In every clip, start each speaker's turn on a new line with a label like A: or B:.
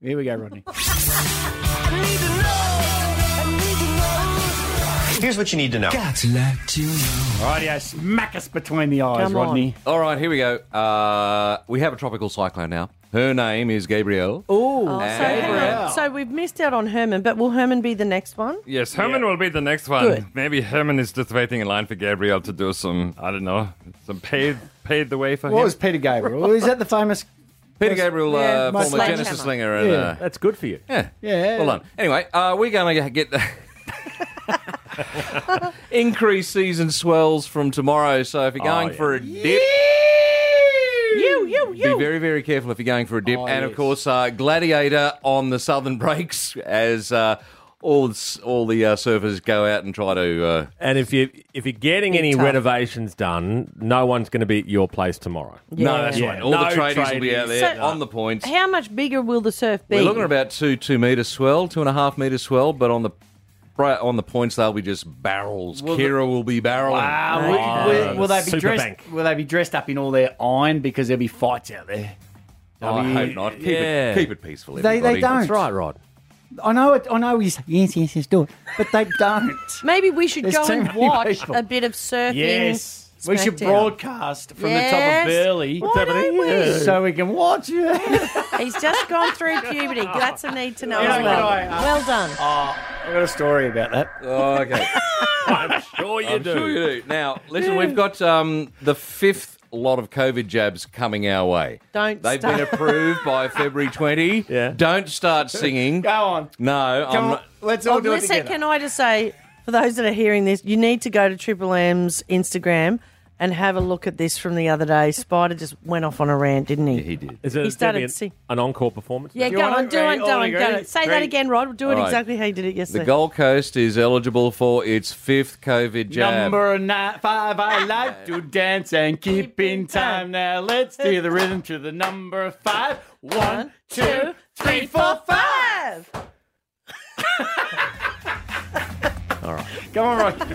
A: Here we go, Rodney.
B: Here's what you need to know.
A: Rightio, smack us between the eyes,
C: Come on.
A: Rodney.
D: All right, here we go. Uh, we have a tropical cyclone now. Her name is Gabrielle.
A: Oh,
C: So, hang on. so we've missed out on Herman, but will Herman be the next one?
E: Yes, Herman will be the next one.
C: Good.
E: Maybe Herman is just waiting in line for Gabriel to do some, I don't know, some paid, paid the way for
A: what
E: him.
A: was Peter Gabriel? Is that the famous?
D: Peter Gabriel, uh,
A: my
D: former
C: sledgehammer.
D: Genesis slinger. And,
A: Yeah,
D: uh,
A: that's good for you.
D: yeah.
A: Yeah.
D: Well done. Anyway, uh, we're going to get the increased season swells from tomorrow. So if you're going
E: yeah.
D: for a dip.
C: You, you,
D: Be
C: you.
D: very, very careful if you're going for a dip.
A: Oh,
D: and
A: yes.
D: of course, uh, Gladiator on the Southern Breaks as uh, all, s- all the uh, surfers go out and try to. Uh,
F: And if you if you're getting any
C: tough.
F: renovations done, no one's going to be at your place tomorrow.
D: No, that's
F: Yeah.
D: right. All
F: No
D: the tradies will be out
F: tradies.
D: there
C: So-
D: on the points.
C: How much bigger will the surf be?
D: We're looking at about two two meter swell, two and a half meter swell, but on the bri- on the points they'll be just barrels. Kira will be barreling.
A: Uh, will-
D: Ah,
A: will, will they be
F: Super
A: dressed?
F: bank.
A: Will they be dressed up in all their iron because there'll be fights out there?
D: Oh, I hope not. Keep,
F: Yeah.
D: it, keep it peaceful.
A: They
D: everybody.
A: they don't.
F: That's right, Rod.
A: I know it. I know. He's yes, yes, yes. Do it, but they don't.
C: Maybe we should
A: There's
C: go
A: too
C: and
A: many
C: watch
A: people.
C: a bit of surfing.
A: yes, we should
C: Smackdown.
A: broadcast from
C: Yes.
A: the top of Burley.
C: Why don't we?
A: So we can watch it.
C: He's just gone through puberty. That's a need to know
A: Yeah,
C: as well.
A: can I, uh,
C: well done.
A: I got a story about that.
D: Oh, okay.
F: I'm sure you
D: I'm sure you do. Now, listen, we've got um, the fifth lot of COVID jabs coming our way.
C: Don't
D: They've
C: start.
D: been approved by February 20.
F: Yeah.
D: Don't start singing.
A: Go on. Um,
D: No,
A: Come
D: I'm
A: on.
D: not.
A: Let's all
C: Oh,
A: do it
C: listen,
A: together.
C: can I just say, for those that are hearing this, you need to go to Triple M's Instagram and have a look at this from the other day. Spider just went off on a rant, didn't he?
D: He did.
F: Is it
C: He
F: gonna be
C: started
F: an,
C: sing-
F: an encore performance?
C: Yeah,
A: You
C: go
A: want
C: on,
A: it?
C: do
A: Ready?
C: it,
A: All
C: do it,
A: agree?
C: go it. Say that
A: Three.
C: again, Rod. Do it
D: All right.
C: exactly how you did it yesterday.
D: The Gold Coast is eligible for its fifth COVID jab.
A: Number nine, five, I like to dance and keep in time. Now let's do the rhythm to the number five. One, two, three, four, five. Come on, Rocky.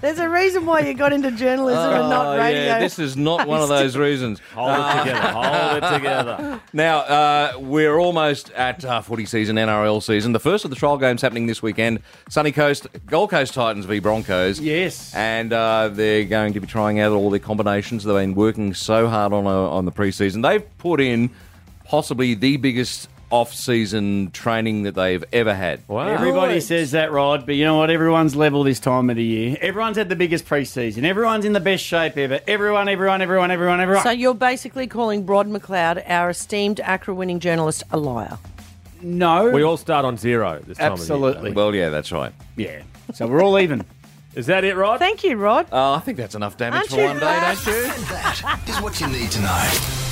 C: There's a reason why you got into journalism and
D: Oh,
C: not radio.
D: Yeah, this is not one of those reasons.
F: Hold it together. Hold it together.
D: Now, uh, we're almost at uh, footy season, NRL season. The first of the trial games happening this weekend. Sunny Coast, Gold Coast Titans v Broncos.
A: Yes.
D: And uh, they're going to be trying out all their combinations. They've been working so hard on, uh, on the preseason. They've put in possibly the biggest off-season training that they've ever had.
F: Wow.
A: Everybody
C: Good.
A: says that, Rod, but you know what? Everyone's level this time of the year. Everyone's had the biggest preseason. Everyone's in the best shape ever. Everyone, everyone, everyone, everyone, everyone.
C: So you're basically calling Rod McLeod, our esteemed ACRA-winning journalist, a liar.
A: no.
F: We all start on zero this time of
A: Absolutely.
D: Well, yeah, that's right.
A: yeah. So we're all even.
F: year. Is that it, Rod?
C: Thank you, Rod.
D: Uh, I think that's enough damage
C: Aren't
D: for
C: you
D: one day,
C: glad?
D: don't you?
B: That is what you need to know.